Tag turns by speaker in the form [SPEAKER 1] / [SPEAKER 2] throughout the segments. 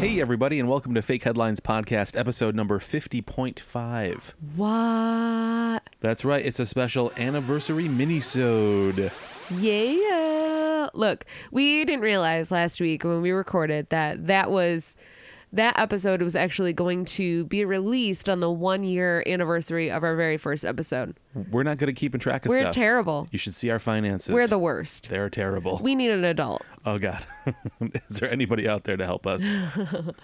[SPEAKER 1] Hey, everybody, and welcome to Fake Headlines Podcast, episode number 50.5.
[SPEAKER 2] What?
[SPEAKER 1] That's right, it's a special anniversary mini-sode.
[SPEAKER 2] Yeah. Look, we didn't realize last week when we recorded that that was that episode was actually going to be released on the one year anniversary of our very first episode.
[SPEAKER 1] We're not good at keeping track of
[SPEAKER 2] We're
[SPEAKER 1] stuff.
[SPEAKER 2] terrible.
[SPEAKER 1] You should see our finances.
[SPEAKER 2] We're the worst.
[SPEAKER 1] They're terrible.
[SPEAKER 2] We need an adult.
[SPEAKER 1] oh, God. Is there anybody out there to help us? um,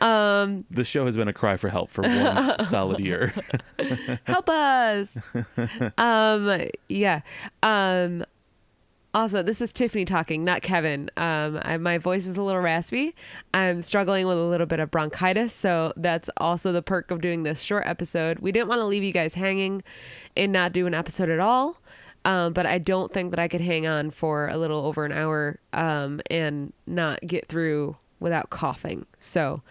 [SPEAKER 2] Um,
[SPEAKER 1] this show has been a cry for help for one solid year.
[SPEAKER 2] Help us. um yeah. Um also, this is Tiffany talking, not Kevin. Um, I, my voice is a little raspy. I'm struggling with a little bit of bronchitis, so that's also the perk of doing this short episode. We didn't want to leave you guys hanging and not do an episode at all, um, but I don't think that I could hang on for a little over an hour um, and not get through without coughing. So,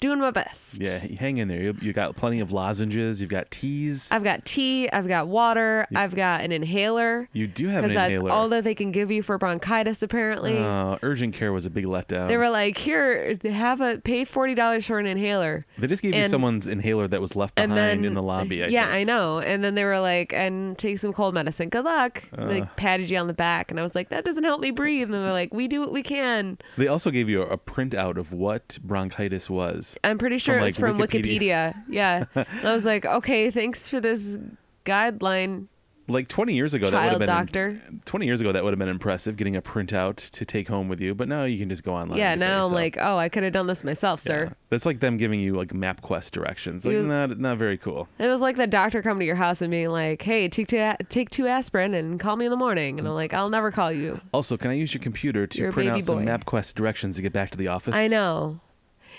[SPEAKER 2] doing my best.
[SPEAKER 1] yeah, hang in there. You, you got plenty of lozenges. You've got teas.
[SPEAKER 2] I've got tea. I've got water. I've got an inhaler.
[SPEAKER 1] you do have an
[SPEAKER 2] Because that's
[SPEAKER 1] inhaler.
[SPEAKER 2] all that they can give you for bronchitis, apparently.
[SPEAKER 1] Uh, urgent care was a big letdown.
[SPEAKER 2] they were like, here, have a pay forty dollars for an inhaler,
[SPEAKER 1] They just gave you
[SPEAKER 2] and-
[SPEAKER 1] someone's inhaler that was left
[SPEAKER 2] and
[SPEAKER 1] behind
[SPEAKER 2] then
[SPEAKER 1] in the lobby. I
[SPEAKER 2] yeah,
[SPEAKER 1] think.
[SPEAKER 2] I know. And then they were like, and take some cold medicine. Good luck. And
[SPEAKER 1] Uh.
[SPEAKER 2] they, like patted you on the back, and I was like, that doesn't help me breathe. And they're like, we do what we can.
[SPEAKER 1] They also gave you a printout of what bronchitis was.
[SPEAKER 2] I'm pretty sure
[SPEAKER 1] From,
[SPEAKER 2] it was
[SPEAKER 1] like,
[SPEAKER 2] from
[SPEAKER 1] Wikipedia.
[SPEAKER 2] Wikipedia. Yeah, And I was like, okay, thanks for this guideline,
[SPEAKER 1] Like 20 years ago, that would have
[SPEAKER 2] child
[SPEAKER 1] been
[SPEAKER 2] doctor.
[SPEAKER 1] 20 years ago that would have been impressive getting a printout to take home with you. But now you can just go online.
[SPEAKER 2] Yeah,
[SPEAKER 1] and get that
[SPEAKER 2] now I'm
[SPEAKER 1] yourself.
[SPEAKER 2] like, oh, I could have done this myself,
[SPEAKER 1] Yeah.
[SPEAKER 2] sir.
[SPEAKER 1] That's like them giving you like MapQuest directions. Like
[SPEAKER 2] You-
[SPEAKER 1] not not very cool.
[SPEAKER 2] It was like the doctor coming to your house and being like, "Hey, take two, take two aspirin and call me in the morning." And I'm like, "I'll never call you."
[SPEAKER 1] Also, can I use your computer to
[SPEAKER 2] You're a
[SPEAKER 1] print out
[SPEAKER 2] baby
[SPEAKER 1] some
[SPEAKER 2] boy.
[SPEAKER 1] MapQuest directions to get back to the office?
[SPEAKER 2] I know.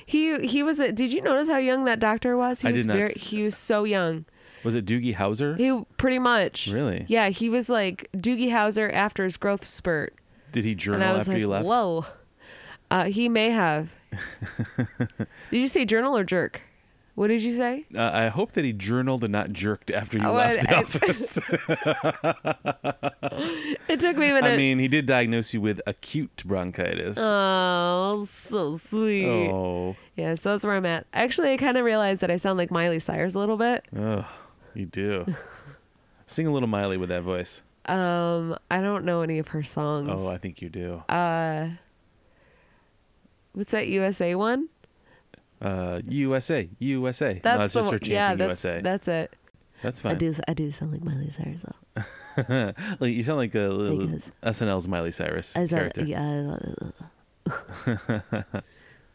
[SPEAKER 2] He he was. A, did you notice how young that doctor was? He
[SPEAKER 1] I
[SPEAKER 2] was
[SPEAKER 1] did not
[SPEAKER 2] very-
[SPEAKER 1] s-
[SPEAKER 2] he was so young.
[SPEAKER 1] Was it Doogie Howser?
[SPEAKER 2] He pretty much.
[SPEAKER 1] Really?
[SPEAKER 2] Yeah, he was like Doogie Howser after his growth spurt,
[SPEAKER 1] Did he
[SPEAKER 2] and I
[SPEAKER 1] journal
[SPEAKER 2] was
[SPEAKER 1] after
[SPEAKER 2] like,
[SPEAKER 1] you left?
[SPEAKER 2] "Whoa." Uh, he may have. did you say journal or jerk? What did you say?
[SPEAKER 1] Uh, I hope that he journaled and not jerked after you
[SPEAKER 2] I
[SPEAKER 1] left
[SPEAKER 2] would-
[SPEAKER 1] the
[SPEAKER 2] I-
[SPEAKER 1] office.
[SPEAKER 2] It took me a minute.
[SPEAKER 1] I mean, he did diagnose you with acute bronchitis.
[SPEAKER 2] oh, so sweet.
[SPEAKER 1] oh,
[SPEAKER 2] Yeah, so that's where I'm at. Actually, I kind of realized that I sound like Miley Cyrus a little bit.
[SPEAKER 1] Ugh, you do. Sing a little Miley with that voice.
[SPEAKER 2] Um, I don't know any of her songs.
[SPEAKER 1] Oh, I think you do.
[SPEAKER 2] Uh, What's that USA one?
[SPEAKER 1] Uh, USA, USA. no, that's just
[SPEAKER 2] one-
[SPEAKER 1] her chanting
[SPEAKER 2] yeah, that's,
[SPEAKER 1] USA.
[SPEAKER 2] That's it.
[SPEAKER 1] that's
[SPEAKER 2] I
[SPEAKER 1] fine.
[SPEAKER 2] do, I do sound like Miley Cyrus though.
[SPEAKER 1] Like, you sound like a little
[SPEAKER 2] Because-
[SPEAKER 1] SNL's Miley Cyrus
[SPEAKER 2] I sound,
[SPEAKER 1] character.
[SPEAKER 2] yeah. I-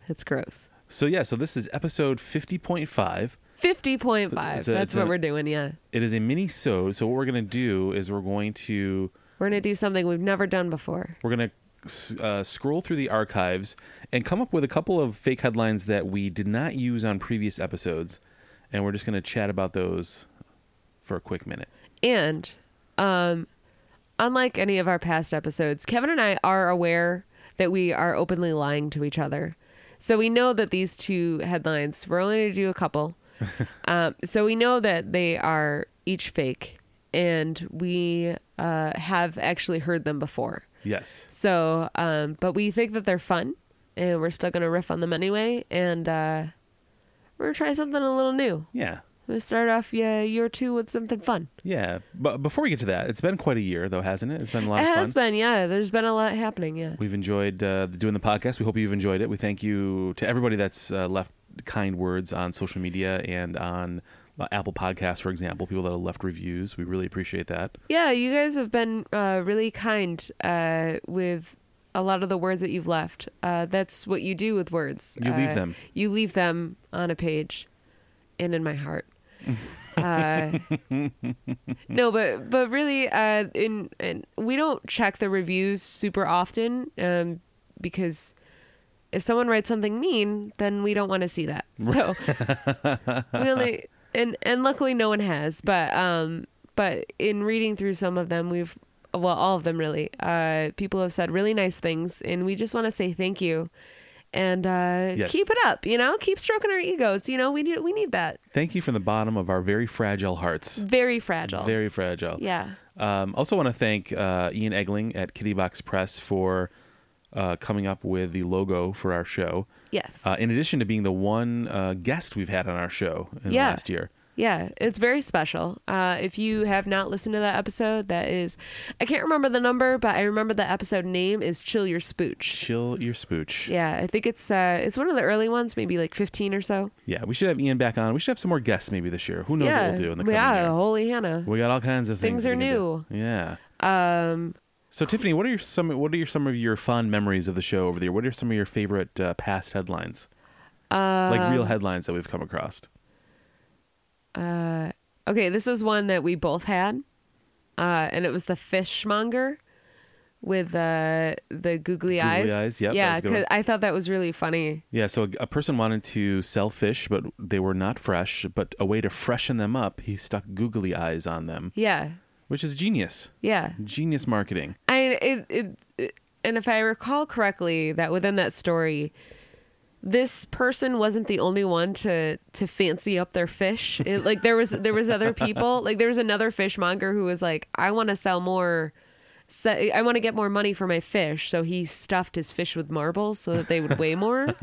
[SPEAKER 2] That's gross.
[SPEAKER 1] So yeah, so this is episode fifty point five.
[SPEAKER 2] Fifty point five.
[SPEAKER 1] It's a- it's
[SPEAKER 2] That's what
[SPEAKER 1] a-
[SPEAKER 2] we're doing. Yeah,
[SPEAKER 1] It is a mini so. So what we're gonna do is we're going to
[SPEAKER 2] we're gonna do something we've never done before.
[SPEAKER 1] we're gonna uh, scroll through the archives and come up with a couple of fake headlines that we did not use on previous episodes, and we're just gonna chat about those for a quick minute.
[SPEAKER 2] And um, unlike any of our past episodes, Kevin and I are aware that we are openly lying to each other. So we know that these two headlines, we're only going to do a couple. um, so we know that they are each fake and we uh, have actually heard them before.
[SPEAKER 1] Yes.
[SPEAKER 2] So, um, but we think that they're fun and we're still going to riff on them anyway. And uh, we're going to try something a little new.
[SPEAKER 1] Yeah.
[SPEAKER 2] I'm going to start off yeah, year two with something fun.
[SPEAKER 1] Yeah. But before we get to that, it's been quite a year, though, hasn't it? It's been a lot
[SPEAKER 2] It
[SPEAKER 1] of fun.
[SPEAKER 2] has been, yeah. There's been a lot happening, yeah.
[SPEAKER 1] We've enjoyed uh, doing the podcast. We hope you've enjoyed it. We thank you to everybody that's uh, left kind words on social media and on uh, Apple Podcasts, for example, people that have left reviews. We really appreciate that.
[SPEAKER 2] Yeah, you guys have been uh, really kind uh, with a lot of the words that you've left. Uh, that's what you do with words.
[SPEAKER 1] You leave
[SPEAKER 2] Uh,
[SPEAKER 1] them.
[SPEAKER 2] You leave them on a page, and in my heart. uh, no, but but really, uh, in, in we don't check the reviews super often um, because if someone writes something mean, then we don't want to see that. So we only and and luckily no one has, but um, but in reading through some of them, we've well all of them really. Uh, people have said really nice things, and we just want to say thank you. And uh,
[SPEAKER 1] Yes.
[SPEAKER 2] keep it up, you know. Keep stroking our egos, you know. We do, we need that.
[SPEAKER 1] Thank you from the bottom of our very fragile hearts.
[SPEAKER 2] Very fragile.
[SPEAKER 1] Very fragile.
[SPEAKER 2] Yeah.
[SPEAKER 1] Um, also, want to thank uh, Ian Egling at Kitty Box Press for uh, coming up with the logo for our show.
[SPEAKER 2] Yes.
[SPEAKER 1] Uh, in addition to being the one uh, guest we've had on our show in the
[SPEAKER 2] Yeah.
[SPEAKER 1] last year.
[SPEAKER 2] Yeah, it's very special. Uh, if you have not listened to that episode, that is, I can't remember the number, but I remember the episode name is "Chill Your Spooch."
[SPEAKER 1] Chill your spooch.
[SPEAKER 2] Yeah, I think it's uh, it's one of the early ones, maybe like fifteen or so.
[SPEAKER 1] Yeah, we should have Ian back on. We should have some more guests maybe this year. Who knows
[SPEAKER 2] yeah,
[SPEAKER 1] what we'll do in the coming
[SPEAKER 2] yeah,
[SPEAKER 1] year?
[SPEAKER 2] holy Hannah.
[SPEAKER 1] We got all kinds of things.
[SPEAKER 2] Things are
[SPEAKER 1] we can do. Yeah. Um. So Tiffany, what are your some what are your, some of your fond memories of the show over the year? What are some of your favorite uh, past headlines? Uh, like
[SPEAKER 2] Um,
[SPEAKER 1] real headlines that we've come across.
[SPEAKER 2] Okay, this is one that we both had, uh, and it was the fishmonger with uh, the googly, eyes.
[SPEAKER 1] eyes, yep, that was
[SPEAKER 2] yeah,
[SPEAKER 1] a good one.
[SPEAKER 2] I thought that was really funny.
[SPEAKER 1] Yeah, so a, a person wanted to sell fish, but they were not fresh. But a way to freshen them up, he stuck googly eyes on them,
[SPEAKER 2] Yeah,
[SPEAKER 1] which is genius.
[SPEAKER 2] yeah.
[SPEAKER 1] Genius marketing.
[SPEAKER 2] I it, it, it and if I recall correctly, that within that story, this person wasn't the only one to to fancy up their fish. It, like there was there was other people. Like there was another fishmonger who was like, I want to sell more. se- I want to get more money for my fish, so he stuffed his fish with marbles so that they would weigh more.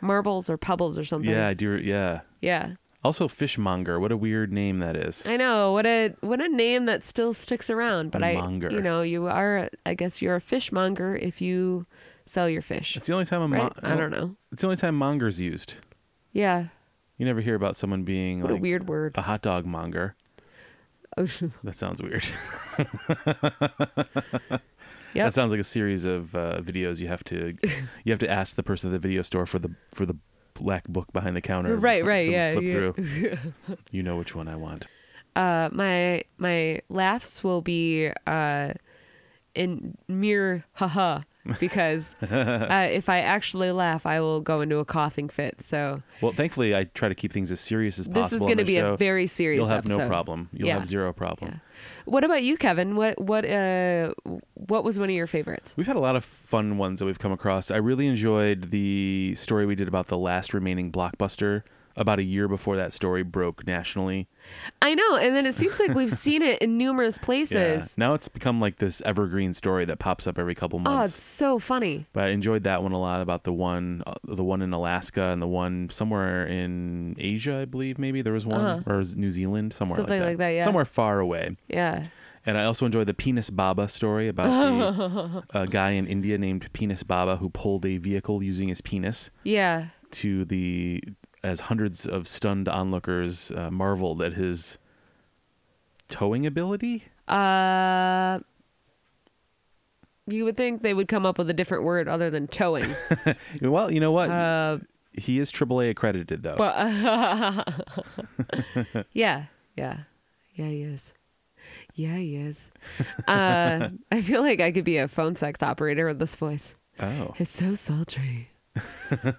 [SPEAKER 2] marbles or pebbles or something.
[SPEAKER 1] Yeah, I do. Yeah.
[SPEAKER 2] yeah.
[SPEAKER 1] Also, fishmonger. What a weird name that is.
[SPEAKER 2] I know what a what a name that still sticks around. But I,
[SPEAKER 1] Monger.
[SPEAKER 2] you know, you are I guess you're a fishmonger if you sell your fish,
[SPEAKER 1] It's the only time a
[SPEAKER 2] right?
[SPEAKER 1] mon-
[SPEAKER 2] I don't know.
[SPEAKER 1] It's the only time monger's used.
[SPEAKER 2] Yeah,
[SPEAKER 1] You never hear about someone being
[SPEAKER 2] what
[SPEAKER 1] like
[SPEAKER 2] a weird word. Oh.
[SPEAKER 1] a hot dog monger. That sounds weird.
[SPEAKER 2] yep.
[SPEAKER 1] That sounds like a series of uh, videos you have to you have to ask the person at the video store for the for the black book behind the counter.
[SPEAKER 2] Right, right,
[SPEAKER 1] to
[SPEAKER 2] yeah,
[SPEAKER 1] Flip
[SPEAKER 2] yeah.
[SPEAKER 1] through. you know which one I want.
[SPEAKER 2] Uh, my my laughs will be uh, in mere haha because uh, if I actually laugh, I will go into a coughing fit. So
[SPEAKER 1] Well, thankfully, I try to keep things as serious as
[SPEAKER 2] this is
[SPEAKER 1] possible.
[SPEAKER 2] going to
[SPEAKER 1] on the
[SPEAKER 2] be
[SPEAKER 1] show.
[SPEAKER 2] a very serious.
[SPEAKER 1] You'll have no
[SPEAKER 2] episode.
[SPEAKER 1] problem. You'll
[SPEAKER 2] Yeah.
[SPEAKER 1] have zero problem.
[SPEAKER 2] Yeah. What about you, Kevin? What what uh what was one of your favorites?
[SPEAKER 1] We've had a lot of fun ones that we've come across. I really enjoyed the story we did about the last remaining blockbuster about a year before that story broke nationally.
[SPEAKER 2] I know, and then it seems like we've seen it in numerous
[SPEAKER 1] Yeah.
[SPEAKER 2] places.
[SPEAKER 1] Now it's become like this evergreen story that pops up every couple
[SPEAKER 2] oh,
[SPEAKER 1] months.
[SPEAKER 2] it's so funny.
[SPEAKER 1] but I enjoyed that one a lot about the one uh, the one in Alaska and the one somewhere in Asia, I believe maybe there was one
[SPEAKER 2] Uh-huh.
[SPEAKER 1] or is New Zealand somewhere
[SPEAKER 2] Something
[SPEAKER 1] like
[SPEAKER 2] like
[SPEAKER 1] that.
[SPEAKER 2] that, yeah.
[SPEAKER 1] Somewhere far away.
[SPEAKER 2] Yeah.
[SPEAKER 1] And I also enjoyed the Penis Baba story about the, a guy in India named Penis Baba who pulled a vehicle using his penis
[SPEAKER 2] Yeah.
[SPEAKER 1] to the as hundreds of stunned onlookers uh, marveled at his towing ability.
[SPEAKER 2] Uh you would think they would come up with a different word other than towing.
[SPEAKER 1] Well, you know what?
[SPEAKER 2] Uh,
[SPEAKER 1] he is AAA accredited though.
[SPEAKER 2] but yeah, yeah, yeah, he is. Yeah, he is. Uh, I feel like I could be a phone sex operator with this voice.
[SPEAKER 1] oh.
[SPEAKER 2] It's so sultry.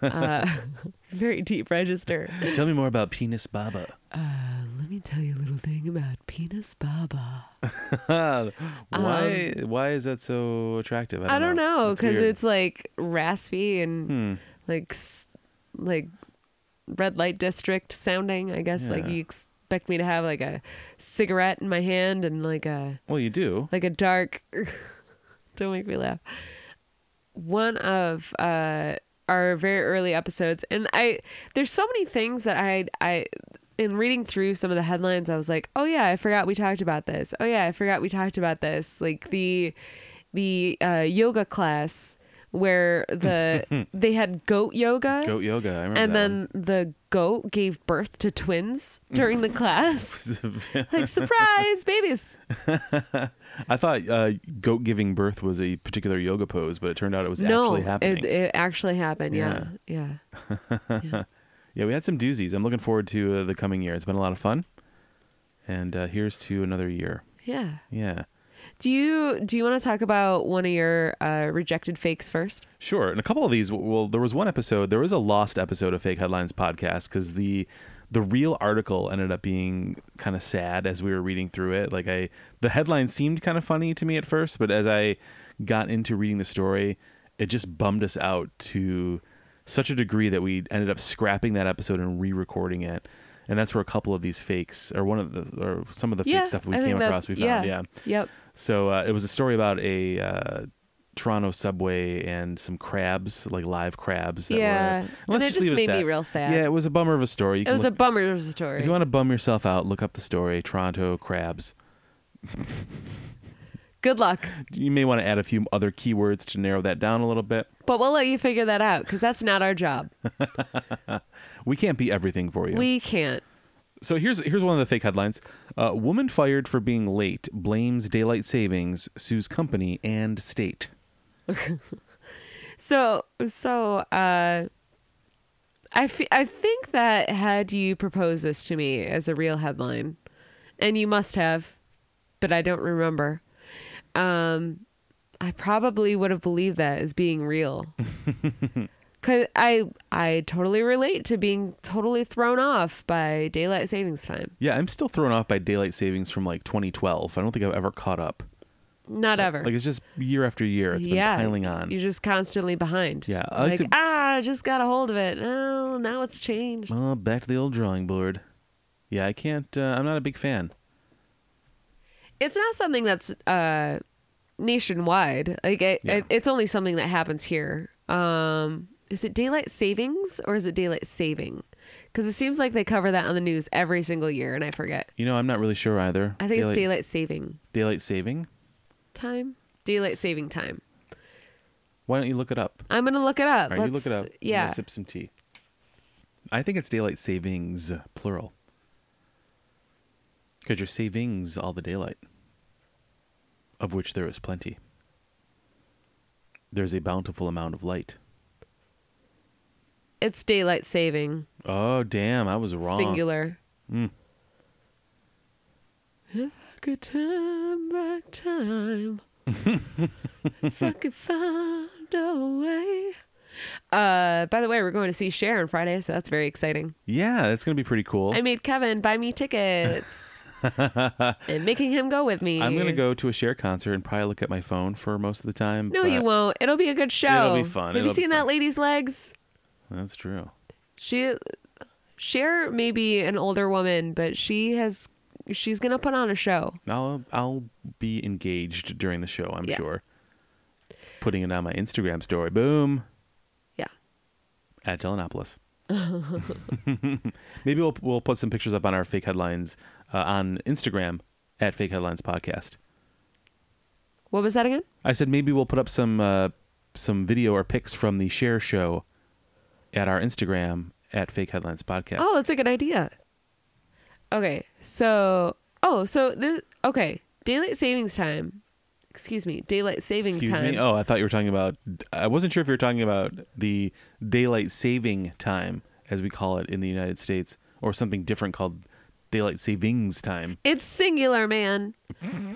[SPEAKER 2] uh, very deep register.
[SPEAKER 1] Tell me more about Penis Baba.
[SPEAKER 2] Uh, Let me tell you a little thing about Penis Baba.
[SPEAKER 1] why why is that so attractive?
[SPEAKER 2] Um, I don't know
[SPEAKER 1] That's
[SPEAKER 2] because
[SPEAKER 1] weird.
[SPEAKER 2] it's like raspy and
[SPEAKER 1] Hmm.
[SPEAKER 2] like s- like red light district sounding. I guess like
[SPEAKER 1] Yeah.
[SPEAKER 2] you expect me to have like a cigarette in my hand and like a
[SPEAKER 1] Well, you do.
[SPEAKER 2] like a dark. don't make me laugh. One of uh, our very early episodes, and I there's so many things that I I in reading through some of the headlines, I was like, oh yeah, I forgot we talked about this. Oh yeah, I forgot we talked about this. Like the the uh, yoga class where the they had goat yoga
[SPEAKER 1] Goat yoga. I remember
[SPEAKER 2] and
[SPEAKER 1] that
[SPEAKER 2] then the goat gave birth to twins during the class
[SPEAKER 1] one.
[SPEAKER 2] like surprise babies
[SPEAKER 1] I thought uh, goat giving birth was a particular yoga pose, but it turned out it was
[SPEAKER 2] no
[SPEAKER 1] actually happening.
[SPEAKER 2] It, it actually happened yeah yeah, yeah.
[SPEAKER 1] Yeah, we had some doozies. I'm looking forward to uh, the coming year. It's been a lot of fun, and uh, here's to another year.
[SPEAKER 2] Yeah.
[SPEAKER 1] Yeah,
[SPEAKER 2] do you do you want to talk about one of your uh, rejected fakes first
[SPEAKER 1] sure. And a couple of these. Well, there was one episode. There was a lost episode of Fake Headlines podcast because the the real article ended up being kind of sad as we were reading through it. Like I, the headline seemed kind of funny to me at first, but as I got into reading the story, it just bummed us out to such a degree that we ended up scrapping that episode and re-recording it. And that's where a couple of these fakes, or one of the, or some of the fake
[SPEAKER 2] yeah
[SPEAKER 1] stuff we
[SPEAKER 2] I
[SPEAKER 1] came
[SPEAKER 2] think that's-
[SPEAKER 1] across, we found. Yeah.
[SPEAKER 2] yep
[SPEAKER 1] So uh, it was a story about a uh, Toronto subway and some crabs, like live crabs. That
[SPEAKER 2] Yeah.
[SPEAKER 1] were,
[SPEAKER 2] And it just
[SPEAKER 1] leave at
[SPEAKER 2] made me
[SPEAKER 1] that.
[SPEAKER 2] real sad.
[SPEAKER 1] Yeah, it was a bummer of a story. You
[SPEAKER 2] It
[SPEAKER 1] can
[SPEAKER 2] was a
[SPEAKER 1] look-
[SPEAKER 2] bummer story.
[SPEAKER 1] if you want to bum yourself out, look up the story Toronto crabs.
[SPEAKER 2] Good luck.
[SPEAKER 1] You may want to add a few other keywords to narrow that down a little bit.
[SPEAKER 2] But we'll let you figure that out because that's not our job.
[SPEAKER 1] We can't be everything for you.
[SPEAKER 2] We can't.
[SPEAKER 1] so here's here's one of the fake headlines: uh, Woman fired for being late blames daylight savings, sues company and state.
[SPEAKER 2] So so uh I fe- I think that had you proposed this to me as a real headline and you must have but I don't remember. Um I probably would have believed that as being real. Cuz I I totally relate to being totally thrown off by daylight savings time.
[SPEAKER 1] Yeah, I'm still thrown off by daylight savings from like 2012. I don't think I've ever caught up.
[SPEAKER 2] Not ever.
[SPEAKER 1] Like it's just year after year, it's been piling on.
[SPEAKER 2] You're just constantly behind.
[SPEAKER 1] Yeah, I
[SPEAKER 2] Like,
[SPEAKER 1] like to-
[SPEAKER 2] ah, I just got a hold of it. Oh, now it's changed.
[SPEAKER 1] Well, Oh, back to the old drawing board. Yeah, I can't. Uh, I'm not a big fan.
[SPEAKER 2] It's not something that's uh, nationwide. Like, it,
[SPEAKER 1] Yeah.
[SPEAKER 2] it, it's only something that happens here. Um, is it daylight savings or is it daylight saving? Because it seems like they cover that on the news every single year, and I forget.
[SPEAKER 1] You know, I'm not really sure either.
[SPEAKER 2] I think it's daylight saving
[SPEAKER 1] Daylight saving.
[SPEAKER 2] time. Daylight saving time.
[SPEAKER 1] Why don't you look it up?
[SPEAKER 2] I'm gonna look it up.
[SPEAKER 1] All right, you look it
[SPEAKER 2] Let's-
[SPEAKER 1] up. I'm gonna
[SPEAKER 2] Yeah.
[SPEAKER 1] sip some tea. I think it's daylight savings plural. Because you're savings all the daylight, of which there is plenty. There's a bountiful amount of light.
[SPEAKER 2] It's daylight saving.
[SPEAKER 1] Oh damn! I was wrong.
[SPEAKER 2] Singular.
[SPEAKER 1] Mm.
[SPEAKER 2] If I could turn back time, if I could find a way. Uh, by the way, we're going to see Cher on Friday, so that's very exciting.
[SPEAKER 1] Yeah, that's gonna be pretty cool.
[SPEAKER 2] I made Kevin buy me tickets and making him go with me.
[SPEAKER 1] I'm gonna go to a share concert and probably look at my phone for most of the time.
[SPEAKER 2] No, you
[SPEAKER 1] but-
[SPEAKER 2] won't. It'll be a good show.
[SPEAKER 1] It'll be fun.
[SPEAKER 2] Have
[SPEAKER 1] It'll
[SPEAKER 2] you
[SPEAKER 1] be
[SPEAKER 2] seen
[SPEAKER 1] fun.
[SPEAKER 2] that lady's legs?
[SPEAKER 1] That's true.
[SPEAKER 2] She, Cher may be an older woman, but she has, she's gonna put on a show.
[SPEAKER 1] I'll I'll be engaged during the show. I'm
[SPEAKER 2] Yeah.
[SPEAKER 1] sure. Putting it on my Instagram story. Boom
[SPEAKER 2] Yeah.
[SPEAKER 1] at Telenopolis. Maybe we'll we'll put some pictures up on our fake headlines uh, on Instagram at Fake Headlines Podcast.
[SPEAKER 2] What was that again?
[SPEAKER 1] I said maybe we'll put up some uh, some video or pics from the share show at our Instagram at Fake Headlines Podcast.
[SPEAKER 2] Oh, that's a good idea. Okay, so oh, so this okay, daylight savings time. Excuse me, daylight saving
[SPEAKER 1] Excuse
[SPEAKER 2] time.
[SPEAKER 1] me. Oh, I thought you were talking about. I wasn't sure if you were talking about the daylight saving time, as we call it in the United States, or something different called daylight savings time.
[SPEAKER 2] It's singular, man.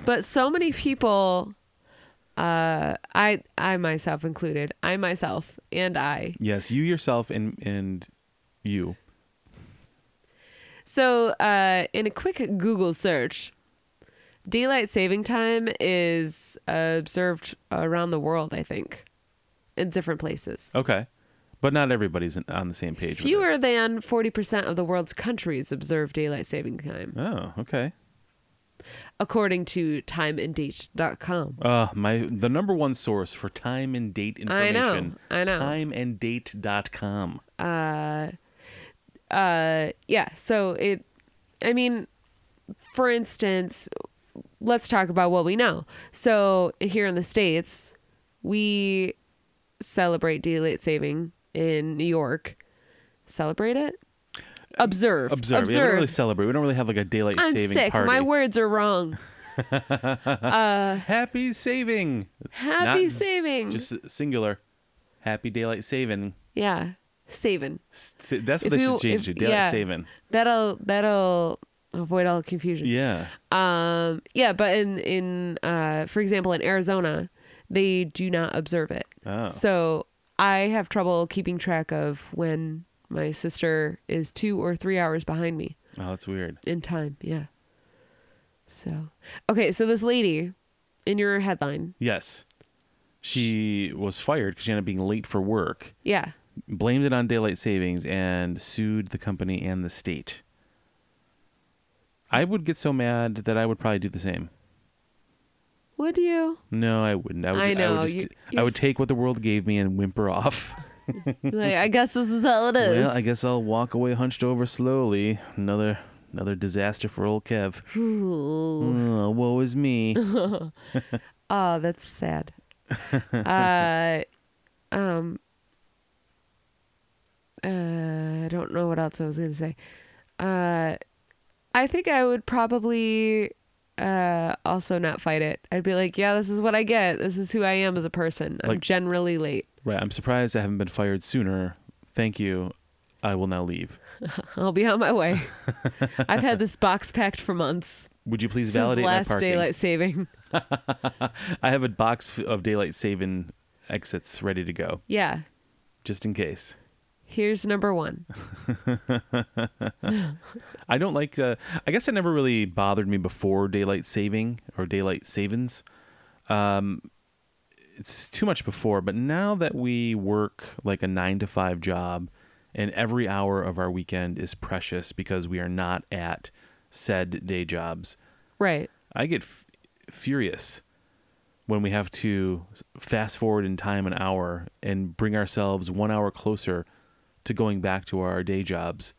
[SPEAKER 2] But so many people, uh, I I myself included, I myself and I.
[SPEAKER 1] Yes, you yourself and and you.
[SPEAKER 2] So uh, in a quick Google search, daylight saving time is uh, observed around the world. I think, in different places.
[SPEAKER 1] Okay, but not everybody's on the same page. with it.
[SPEAKER 2] Fewer than 40% of the world's countries observe daylight saving time,
[SPEAKER 1] Oh, okay.
[SPEAKER 2] according to timeanddate.com.
[SPEAKER 1] Uh, my the number one source for time and date
[SPEAKER 2] I know,
[SPEAKER 1] information.
[SPEAKER 2] I know.
[SPEAKER 1] Timeanddate.com.
[SPEAKER 2] Uh, yeah, so it, I mean, for instance, let's talk about what we know. So here in the States, we celebrate daylight saving in New York. Celebrate it? Observe.
[SPEAKER 1] Observe. Yeah, we don't really celebrate. We don't really have like a daylight
[SPEAKER 2] I'm
[SPEAKER 1] saving
[SPEAKER 2] sick.
[SPEAKER 1] party.
[SPEAKER 2] My words are wrong.
[SPEAKER 1] Happy saving.
[SPEAKER 2] Happy
[SPEAKER 1] Not s-
[SPEAKER 2] saving.
[SPEAKER 1] Just singular. Happy daylight saving.
[SPEAKER 2] yeah, saving.
[SPEAKER 1] S- s- That's what
[SPEAKER 2] If
[SPEAKER 1] they
[SPEAKER 2] you-
[SPEAKER 1] should change
[SPEAKER 2] if-
[SPEAKER 1] to. Daylight
[SPEAKER 2] yeah.
[SPEAKER 1] saving.
[SPEAKER 2] that'll that'll avoid all confusion
[SPEAKER 1] Yeah.
[SPEAKER 2] um yeah but in in uh for example in arizona they do not observe it
[SPEAKER 1] Oh.
[SPEAKER 2] so i have trouble keeping track of when my sister is two or three hours behind me
[SPEAKER 1] Oh, that's weird.
[SPEAKER 2] in time yeah so okay so this lady in your headline
[SPEAKER 1] Yes. She was fired because she ended up being late for work,
[SPEAKER 2] yeah
[SPEAKER 1] blamed it on daylight savings, and sued the company and the state. I would get so mad that I would probably do the same.
[SPEAKER 2] Would you?
[SPEAKER 1] No, I wouldn't. I would.
[SPEAKER 2] I know,
[SPEAKER 1] would just,
[SPEAKER 2] you-
[SPEAKER 1] I
[SPEAKER 2] you're
[SPEAKER 1] would
[SPEAKER 2] s-
[SPEAKER 1] take what the world gave me and whimper off.
[SPEAKER 2] Like, I guess this is how it is.
[SPEAKER 1] well, I guess I'll walk away hunched over slowly. Another, another disaster for old Kev.
[SPEAKER 2] Ooh.
[SPEAKER 1] Oh, woe is me.
[SPEAKER 2] Oh, that's sad. uh, um, uh, I don't know what else I was gonna say. Uh, I think I would probably uh also not fight it. I'd be like, yeah, this is what I get. This is who I am as a person. I'm
[SPEAKER 1] Like-
[SPEAKER 2] generally late.
[SPEAKER 1] Right. I'm surprised I haven't been fired sooner. Thank you. I will now leave.
[SPEAKER 2] I'll be on my way. I've had this box packed for months
[SPEAKER 1] Would you please
[SPEAKER 2] since
[SPEAKER 1] validate
[SPEAKER 2] last
[SPEAKER 1] my parking?
[SPEAKER 2] daylight saving.
[SPEAKER 1] I have a box f- of daylight saving exits ready to go,
[SPEAKER 2] Yeah,
[SPEAKER 1] just in case.
[SPEAKER 2] here's number one.
[SPEAKER 1] I don't like. Uh, I guess it never really bothered me before daylight saving or daylight savings. Um, it's too much before, but now that we work like a nine to five job, and every hour of our weekend is precious because we are not at said day jobs.
[SPEAKER 2] Right.
[SPEAKER 1] I get f- furious when we have to s- fast forward in time an hour and bring ourselves one hour closer to going back to our day jobs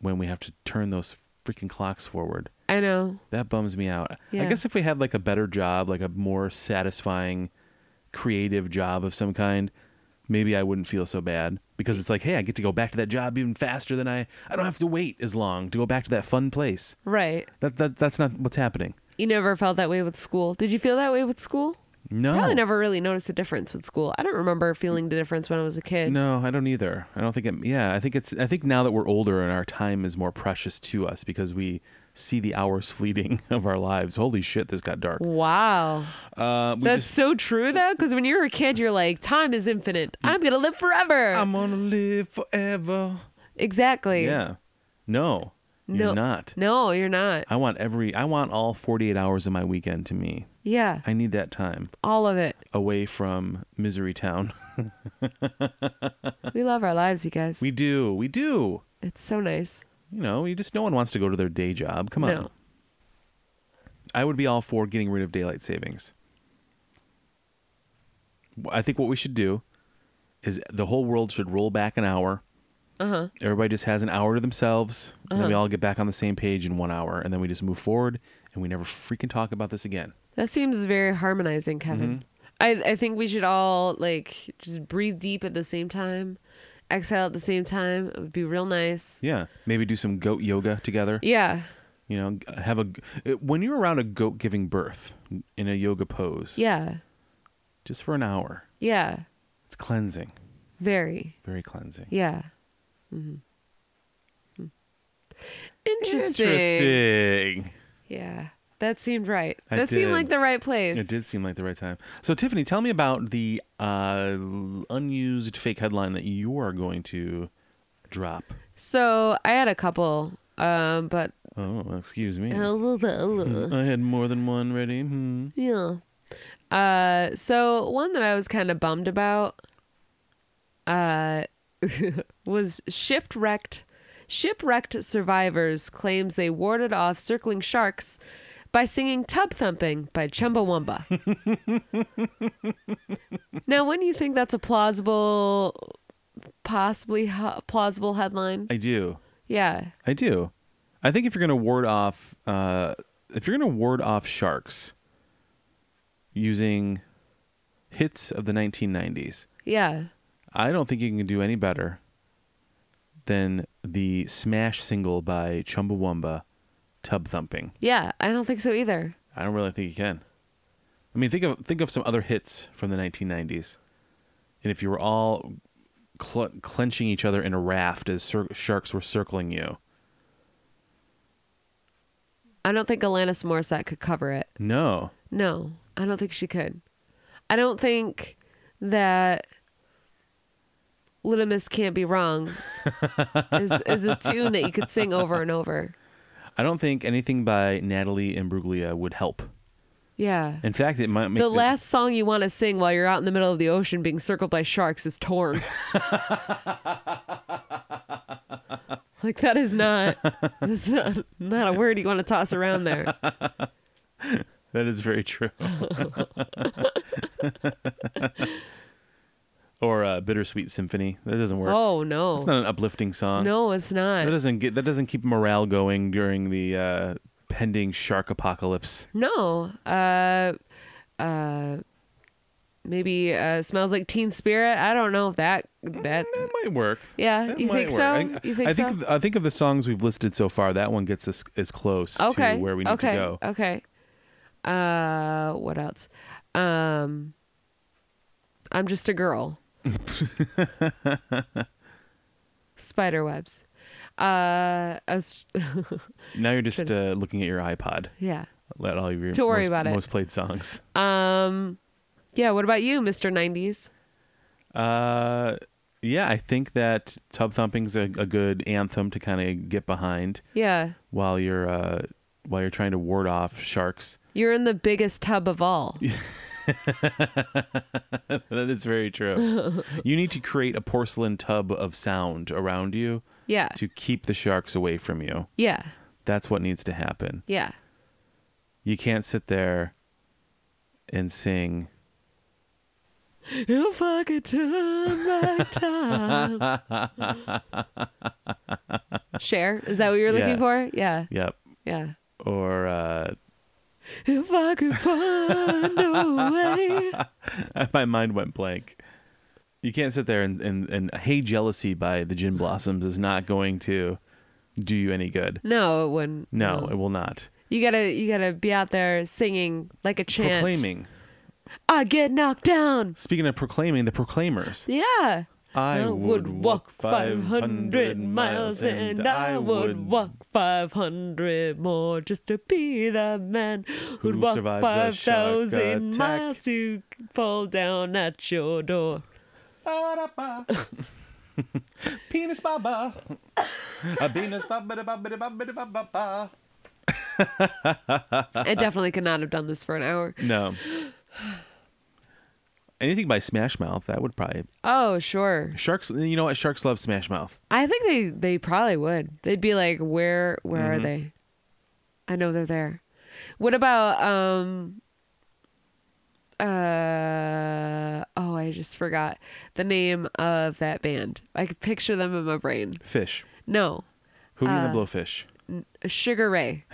[SPEAKER 1] when we have to turn those freaking clocks forward.
[SPEAKER 2] I know.
[SPEAKER 1] That bums me out. I
[SPEAKER 2] Yeah.
[SPEAKER 1] guess if we had like a better job, like a more satisfying, creative job of some kind, maybe I wouldn't feel so bad because it's like, hey, I get to go back to that job even faster than I. I don't have to wait as long to go back to that fun place.
[SPEAKER 2] Right.
[SPEAKER 1] That that that's not what's happening.
[SPEAKER 2] You never felt that way with school. Did you feel that way with school?
[SPEAKER 1] No,
[SPEAKER 2] Probably never really noticed a difference with school. I don't remember feeling the difference when I was a kid.
[SPEAKER 1] No, I don't either. I don't think it. Yeah, I think it's. I think now that we're older and our time is more precious to us because we see the hours fleeting of our lives. Holy shit, this got dark.
[SPEAKER 2] Wow.
[SPEAKER 1] Uh, we
[SPEAKER 2] That's
[SPEAKER 1] just,
[SPEAKER 2] so true though, because when you're a kid, you're like, time is infinite. I'm gonna live forever.
[SPEAKER 1] Mm. I'm gonna live forever.
[SPEAKER 2] exactly.
[SPEAKER 1] Yeah. No,
[SPEAKER 2] No.
[SPEAKER 1] you're not.
[SPEAKER 2] No, you're not.
[SPEAKER 1] I want every. I want all 48 hours of my weekend to me.
[SPEAKER 2] Yeah.
[SPEAKER 1] I need that time
[SPEAKER 2] All of it.
[SPEAKER 1] away from misery town.
[SPEAKER 2] We love our lives, you guys.
[SPEAKER 1] we do. We do.
[SPEAKER 2] it's so nice.
[SPEAKER 1] You know, you just no one wants to go to their day job. Come on.
[SPEAKER 2] No.
[SPEAKER 1] I would be all for getting rid of daylight savings. I think what we should do is the whole world should roll back an hour.
[SPEAKER 2] Uh-huh.
[SPEAKER 1] Everybody just has an hour to themselves, and then we all get back on the same page in one hour, and then we just move forward, and we never freaking talk about this again.
[SPEAKER 2] That seems very harmonizing,
[SPEAKER 1] Mm-hmm.
[SPEAKER 2] Kevin. I, I think we should all like just breathe deep at the same time, exhale at the same time. It would be real nice.
[SPEAKER 1] Yeah, maybe do some goat yoga together.
[SPEAKER 2] Yeah.
[SPEAKER 1] You know, have a uh, when you're around a goat giving birth in a yoga pose,
[SPEAKER 2] Yeah.
[SPEAKER 1] just for an hour.
[SPEAKER 2] Yeah.
[SPEAKER 1] It's cleansing,
[SPEAKER 2] Very.
[SPEAKER 1] very cleansing.
[SPEAKER 2] Yeah. Mm-hmm. Interesting.
[SPEAKER 1] Interesting.
[SPEAKER 2] Yeah. That seemed right.
[SPEAKER 1] I
[SPEAKER 2] that seemed
[SPEAKER 1] did.
[SPEAKER 2] like the right place.
[SPEAKER 1] It did seem like the right time. So, Tiffany, tell me about the uh, unused fake headline that you are going to drop.
[SPEAKER 2] So I had a couple, um, but
[SPEAKER 1] Oh, excuse me.
[SPEAKER 2] yeah.
[SPEAKER 1] I had more than one ready. Hmm.
[SPEAKER 2] Uh, so one that I was kind of bummed about, uh, was shipwrecked. Shipwrecked survivors claims they warded off circling sharks by singing "Tub Thumping" by Chumbawamba. now, when you think that's a plausible, possibly ha- plausible headline?
[SPEAKER 1] I do.
[SPEAKER 2] Yeah,
[SPEAKER 1] I do. I think if you're going to ward off, uh, if you're going to ward off sharks using hits of the 1990s,
[SPEAKER 2] yeah.
[SPEAKER 1] I don't think you can do any better than the smash single by Chumbawamba, "Tub Thumping."
[SPEAKER 2] Yeah, I don't think so either.
[SPEAKER 1] I don't really think you can. I mean, think of think of some other hits from the 1990s, and if you were all cl- clenching each other in a raft as cir- sharks were circling you,
[SPEAKER 2] I don't think Alanis Morissette could cover it.
[SPEAKER 1] no,
[SPEAKER 2] No, I don't think she could. I don't think that Little Miss Can't Be Wrong is, is a tune that you could sing over and over.
[SPEAKER 1] I don't think anything by Natalie Imbruglia would help.
[SPEAKER 2] Yeah.
[SPEAKER 1] In fact, it might make
[SPEAKER 2] The last song you want to sing while you're out in the middle of the ocean being circled by sharks is torn. like that is not that's not, not a word you want to toss around there.
[SPEAKER 1] That is very true. or uh, bittersweet symphony. That doesn't work.
[SPEAKER 2] Oh no,
[SPEAKER 1] It's not an uplifting song.
[SPEAKER 2] no, it's
[SPEAKER 1] that
[SPEAKER 2] not.
[SPEAKER 1] doesn't get. That doesn't keep morale going during the uh, pending shark apocalypse.
[SPEAKER 2] No, uh, uh, maybe uh, smells like Teen Spirit. I don't know if that that.
[SPEAKER 1] Mm, That might work.
[SPEAKER 2] Yeah,
[SPEAKER 1] That
[SPEAKER 2] Uh, you think
[SPEAKER 1] might
[SPEAKER 2] so?
[SPEAKER 1] work. I,
[SPEAKER 2] You think
[SPEAKER 1] I think
[SPEAKER 2] so?
[SPEAKER 1] of the- I think of the songs we've listed so far. That one gets us as close
[SPEAKER 2] Okay.
[SPEAKER 1] to where we need
[SPEAKER 2] okay.
[SPEAKER 1] to go.
[SPEAKER 2] Okay. Uh, what else? Um, I'm just a girl. Spider webs. Uh, I was,
[SPEAKER 1] Now you're just uh, looking at your iPod.
[SPEAKER 2] yeah.
[SPEAKER 1] Let all of your
[SPEAKER 2] Don't worry
[SPEAKER 1] most,
[SPEAKER 2] about it.
[SPEAKER 1] most played songs.
[SPEAKER 2] Um, yeah. What about you, Mr. 90s?
[SPEAKER 1] Uh, yeah, I think that tub thumping's a, a good anthem to kind of get behind
[SPEAKER 2] Yeah.
[SPEAKER 1] while you're uh, while you're trying to ward off sharks.
[SPEAKER 2] You're in the biggest tub of all.
[SPEAKER 1] That is very true. you need to create a porcelain tub of sound around you
[SPEAKER 2] Yeah.
[SPEAKER 1] to keep the sharks away from you.
[SPEAKER 2] Yeah.
[SPEAKER 1] That's what needs to happen.
[SPEAKER 2] Yeah.
[SPEAKER 1] You can't sit there and sing.
[SPEAKER 2] If I could turn back time. Share? Is that what you were looking
[SPEAKER 1] Yeah.
[SPEAKER 2] for? Yeah.
[SPEAKER 1] Yep.
[SPEAKER 2] Yeah.
[SPEAKER 1] Or uh,
[SPEAKER 2] If I could find a way.
[SPEAKER 1] my mind went blank. You can't sit there and, and, and Hey Jealousy by the Gin Blossoms is not going to do you any good.
[SPEAKER 2] No, it wouldn't.
[SPEAKER 1] No, it will not.
[SPEAKER 2] You gotta you gotta be out there singing like a chant.
[SPEAKER 1] Proclaiming.
[SPEAKER 2] I get knocked down.
[SPEAKER 1] Speaking of proclaiming, the Proclaimers.
[SPEAKER 2] Yeah.
[SPEAKER 1] I, would walk
[SPEAKER 2] 500
[SPEAKER 1] 500 miles and I would walk.
[SPEAKER 2] 500 more just to be the man who'd
[SPEAKER 1] Who
[SPEAKER 2] walk
[SPEAKER 1] survives a shark
[SPEAKER 2] 5,000
[SPEAKER 1] attack.
[SPEAKER 2] miles to fall down at your door.
[SPEAKER 1] Penis baba. A penis baba baba baba baba.
[SPEAKER 2] I definitely could not have done this for an hour.
[SPEAKER 1] No. Anything by Smash Mouth, that would probably
[SPEAKER 2] Oh, sure.
[SPEAKER 1] Sharks, you know what? Sharks love Smash Mouth.
[SPEAKER 2] I think they they probably would. They'd be like, "Where where are they?" I know they're there. What about um uh oh, I just forgot the name of that band. I could picture them in my brain.
[SPEAKER 1] Fish.
[SPEAKER 2] No.
[SPEAKER 1] Hootie and the Blowfish.
[SPEAKER 2] Sugar Ray.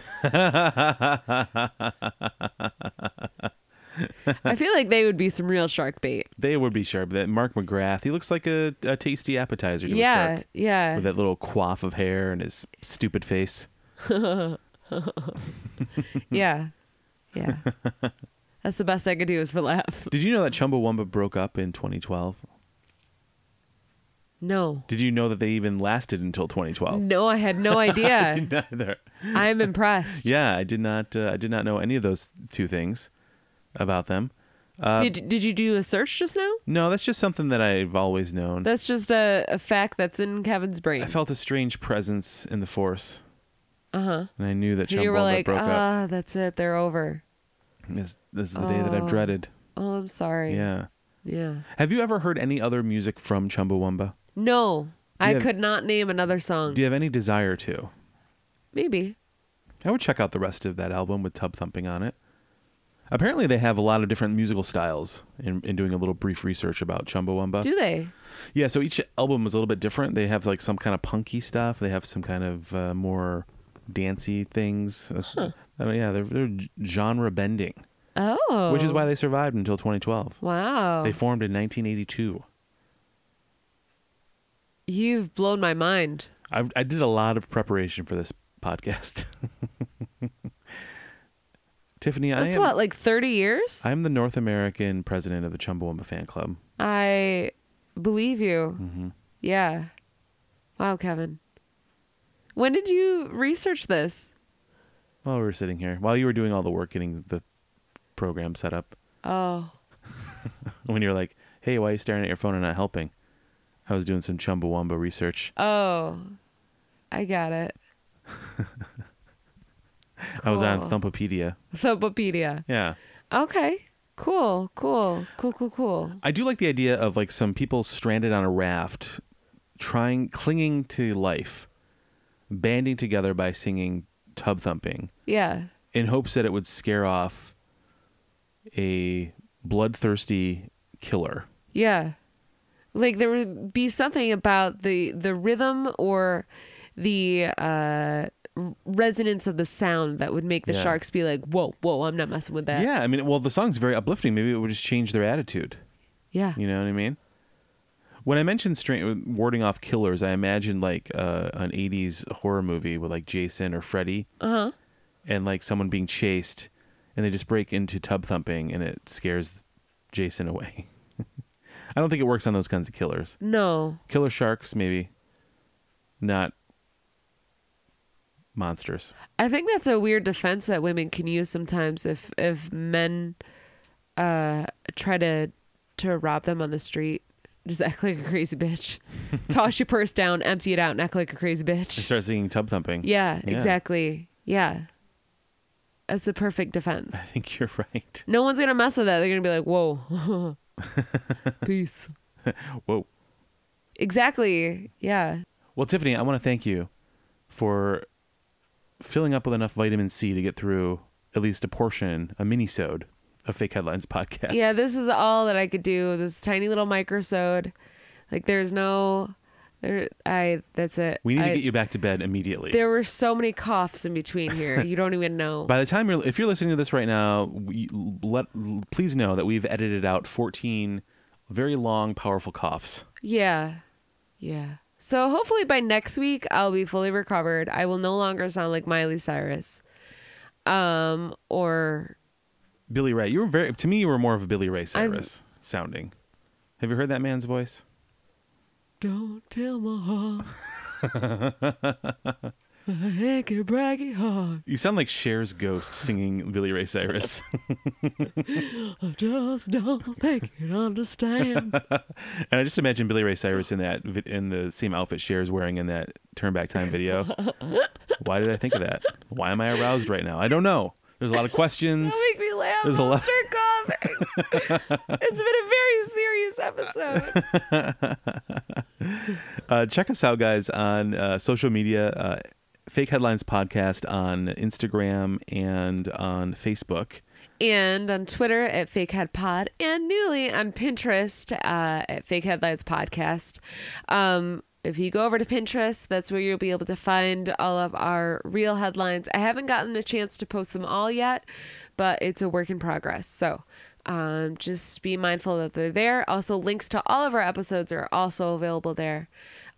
[SPEAKER 2] I feel like they would be some real shark bait.
[SPEAKER 1] They would be sharp. That Mark McGrath, he looks like a, a tasty appetizer to a
[SPEAKER 2] yeah,
[SPEAKER 1] shark.
[SPEAKER 2] yeah.
[SPEAKER 1] With that little quaff of hair and his stupid face.
[SPEAKER 2] yeah. Yeah. That's the best I could do is for laugh.
[SPEAKER 1] Did you know that Chumbawamba broke up in 2012?
[SPEAKER 2] No.
[SPEAKER 1] Did you know that they even lasted until 2012?
[SPEAKER 2] No, I had no idea.
[SPEAKER 1] Neither.
[SPEAKER 2] I'm impressed.
[SPEAKER 1] Yeah, I did not. Uh, I did not know any of those two things about them. uh,
[SPEAKER 2] did did you do a search just now?
[SPEAKER 1] No, that's just something that I've always known.
[SPEAKER 2] That's just a, a fact that's in Kevin's brain.
[SPEAKER 1] I felt a strange presence in the force,
[SPEAKER 2] uh huh.
[SPEAKER 1] and I knew that
[SPEAKER 2] And you were
[SPEAKER 1] Chumbawamba
[SPEAKER 2] like,
[SPEAKER 1] broke up.
[SPEAKER 2] ah, that's it. They're over.
[SPEAKER 1] This, this is the day that
[SPEAKER 2] Oh.
[SPEAKER 1] I've dreaded.
[SPEAKER 2] Oh, I'm sorry.
[SPEAKER 1] Yeah.
[SPEAKER 2] Yeah.
[SPEAKER 1] Have you ever heard any other music from Chumbawamba?
[SPEAKER 2] No, I
[SPEAKER 1] have-
[SPEAKER 2] could not name another song.
[SPEAKER 1] Do you have any desire to?
[SPEAKER 2] Maybe.
[SPEAKER 1] I would check out the rest of that album with Tub Thumping on it. Apparently, they have a lot of different musical styles. In, in doing a little brief research about Chumbawamba,
[SPEAKER 2] Do they?
[SPEAKER 1] yeah. So each album was a little bit different. They have like some kind of punky stuff. They have some kind of uh, more dancey things. That's, I don't- yeah, they're, they're genre bending,
[SPEAKER 2] Oh.
[SPEAKER 1] which is why they survived until 2012.
[SPEAKER 2] Wow.
[SPEAKER 1] They formed in 1982.
[SPEAKER 2] You've blown my mind.
[SPEAKER 1] I, I did a lot of preparation for this podcast. Tiffany,
[SPEAKER 2] That's
[SPEAKER 1] I am,
[SPEAKER 2] what, like 30 years?
[SPEAKER 1] I'm the North American president of the Chumbawamba fan club.
[SPEAKER 2] I believe you.
[SPEAKER 1] Mm-hmm.
[SPEAKER 2] Yeah. Wow, Kevin. When did you research this?
[SPEAKER 1] While we were sitting here, while you were doing all the work getting the program set up,
[SPEAKER 2] Oh.
[SPEAKER 1] when you're like, "Hey, why are you staring at your phone and not helping?" I was doing some Chumbawamba research.
[SPEAKER 2] Oh, I got it.
[SPEAKER 1] I was on
[SPEAKER 2] Cool.
[SPEAKER 1] Thumpopedia.
[SPEAKER 2] Thumbpedia.
[SPEAKER 1] Yeah.
[SPEAKER 2] Okay. Cool. Cool. Cool. Cool. Cool.
[SPEAKER 1] I do like the idea of like some people stranded on a raft, trying clinging to life, banding together by singing tub thumping.
[SPEAKER 2] Yeah.
[SPEAKER 1] in hopes that it would scare off a bloodthirsty killer.
[SPEAKER 2] Yeah. Like there would be something about the the rhythm or the uh r- resonance of the sound that would make the
[SPEAKER 1] Yeah.
[SPEAKER 2] sharks be like, "Whoa, whoa, I'm not messing with that."
[SPEAKER 1] yeah, I mean, well, the song's very uplifting. Maybe it would just change their attitude.
[SPEAKER 2] Yeah.
[SPEAKER 1] You know what I mean? When I mentioned stra- warding off killers, I imagined like uh, an '80s horror movie with like Jason or Freddy,
[SPEAKER 2] Uh-huh.
[SPEAKER 1] and like someone being chased, and they just break into tub thumping, and it scares Jason away. I don't think it works on those kinds of killers.
[SPEAKER 2] No.
[SPEAKER 1] Killer sharks, maybe, not monsters.
[SPEAKER 2] I think that's a weird defense that women can use sometimes if if men uh try to to rob them on the street. Just act like a crazy bitch. Toss your purse down, empty it out, and act like a crazy bitch.
[SPEAKER 1] I start singing tub thumping.
[SPEAKER 2] Yeah,
[SPEAKER 1] Yeah.
[SPEAKER 2] exactly. Yeah. That's a perfect defense.
[SPEAKER 1] I think you're right.
[SPEAKER 2] No one's going to mess with that. They're going to be like, whoa, peace.
[SPEAKER 1] Whoa.
[SPEAKER 2] Exactly. Yeah.
[SPEAKER 1] Well, Tiffany, I want to thank you for filling up with enough vitamin C to get through at least a portion, a mini-sode of Fake Headlines podcast.
[SPEAKER 2] Yeah, this is all that I could do. This tiny little microsode. Like, there's no, there, I, that's it.
[SPEAKER 1] we need
[SPEAKER 2] I-
[SPEAKER 1] to get you back to bed immediately.
[SPEAKER 2] There were so many coughs in between here. You don't even know.
[SPEAKER 1] By the time you're, if you're listening to this right now, we, let please know that we've edited out 14 very long, powerful coughs.
[SPEAKER 2] Yeah. Yeah. So hopefully by next week I'll be fully recovered. I will no longer sound like Miley Cyrus. Um or
[SPEAKER 1] Billy Ray, you were very to me. You were more of a Billy Ray Cyrus sounding. Have you heard that man's voice?
[SPEAKER 2] don't tell my heart. My hanky braggy heart.
[SPEAKER 1] You sound like Cher's ghost singing Billy Ray Cyrus.
[SPEAKER 2] I just don't think you understand.
[SPEAKER 1] And I just imagine Billy Ray Cyrus in that vi- in the same outfit Cher's wearing in that Turn Back Time video. Why did I think of that? Why am I aroused right now? I don't know. There's a lot of questions.
[SPEAKER 2] Don't make me laugh.
[SPEAKER 1] There's a
[SPEAKER 2] I'll
[SPEAKER 1] lot-
[SPEAKER 2] start coughing. it's been a very serious episode.
[SPEAKER 1] Uh, check us out, guys, on uh, social media. Uh, Fake Headlines Podcast on Instagram and on Facebook.
[SPEAKER 2] and on Twitter at FakeheadPod, and newly on Pinterest uh, at Fake Headlines Podcast. Um, if you go over to Pinterest, that's where you'll be able to find all of our real headlines. I haven't gotten a chance to post them all yet, but it's a work in progress. So um, just be mindful that they're there. Also, links to all of our episodes are also available there.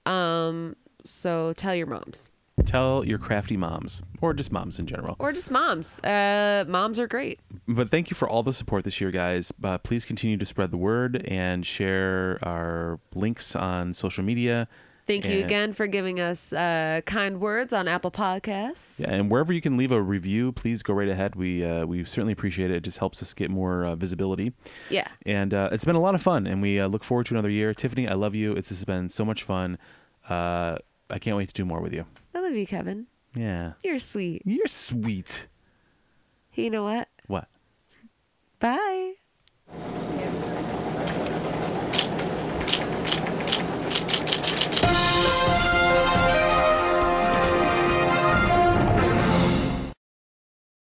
[SPEAKER 2] Um, so tell your moms
[SPEAKER 1] Tell your crafty moms or just moms in general.
[SPEAKER 2] or just moms. Uh, moms are great.
[SPEAKER 1] But thank you for all the support this year, guys. Uh, please continue to spread the word and share our links on social media.
[SPEAKER 2] Thank you
[SPEAKER 1] And-
[SPEAKER 2] again for giving us uh, kind words on Apple Podcasts.
[SPEAKER 1] Yeah, and wherever you can leave a review, please go right ahead. We uh, we certainly appreciate it. It just helps us get more uh, visibility.
[SPEAKER 2] Yeah.
[SPEAKER 1] And uh, it's been a lot of fun, and we uh, look forward to another year. Tiffany, I love you. It's just been so much fun. Uh, I can't wait to do more with you.
[SPEAKER 2] I love you, Kevin.
[SPEAKER 1] Yeah,
[SPEAKER 2] You're sweet.
[SPEAKER 1] you're sweet.
[SPEAKER 2] Hey, you know what?
[SPEAKER 1] What?
[SPEAKER 2] Bye.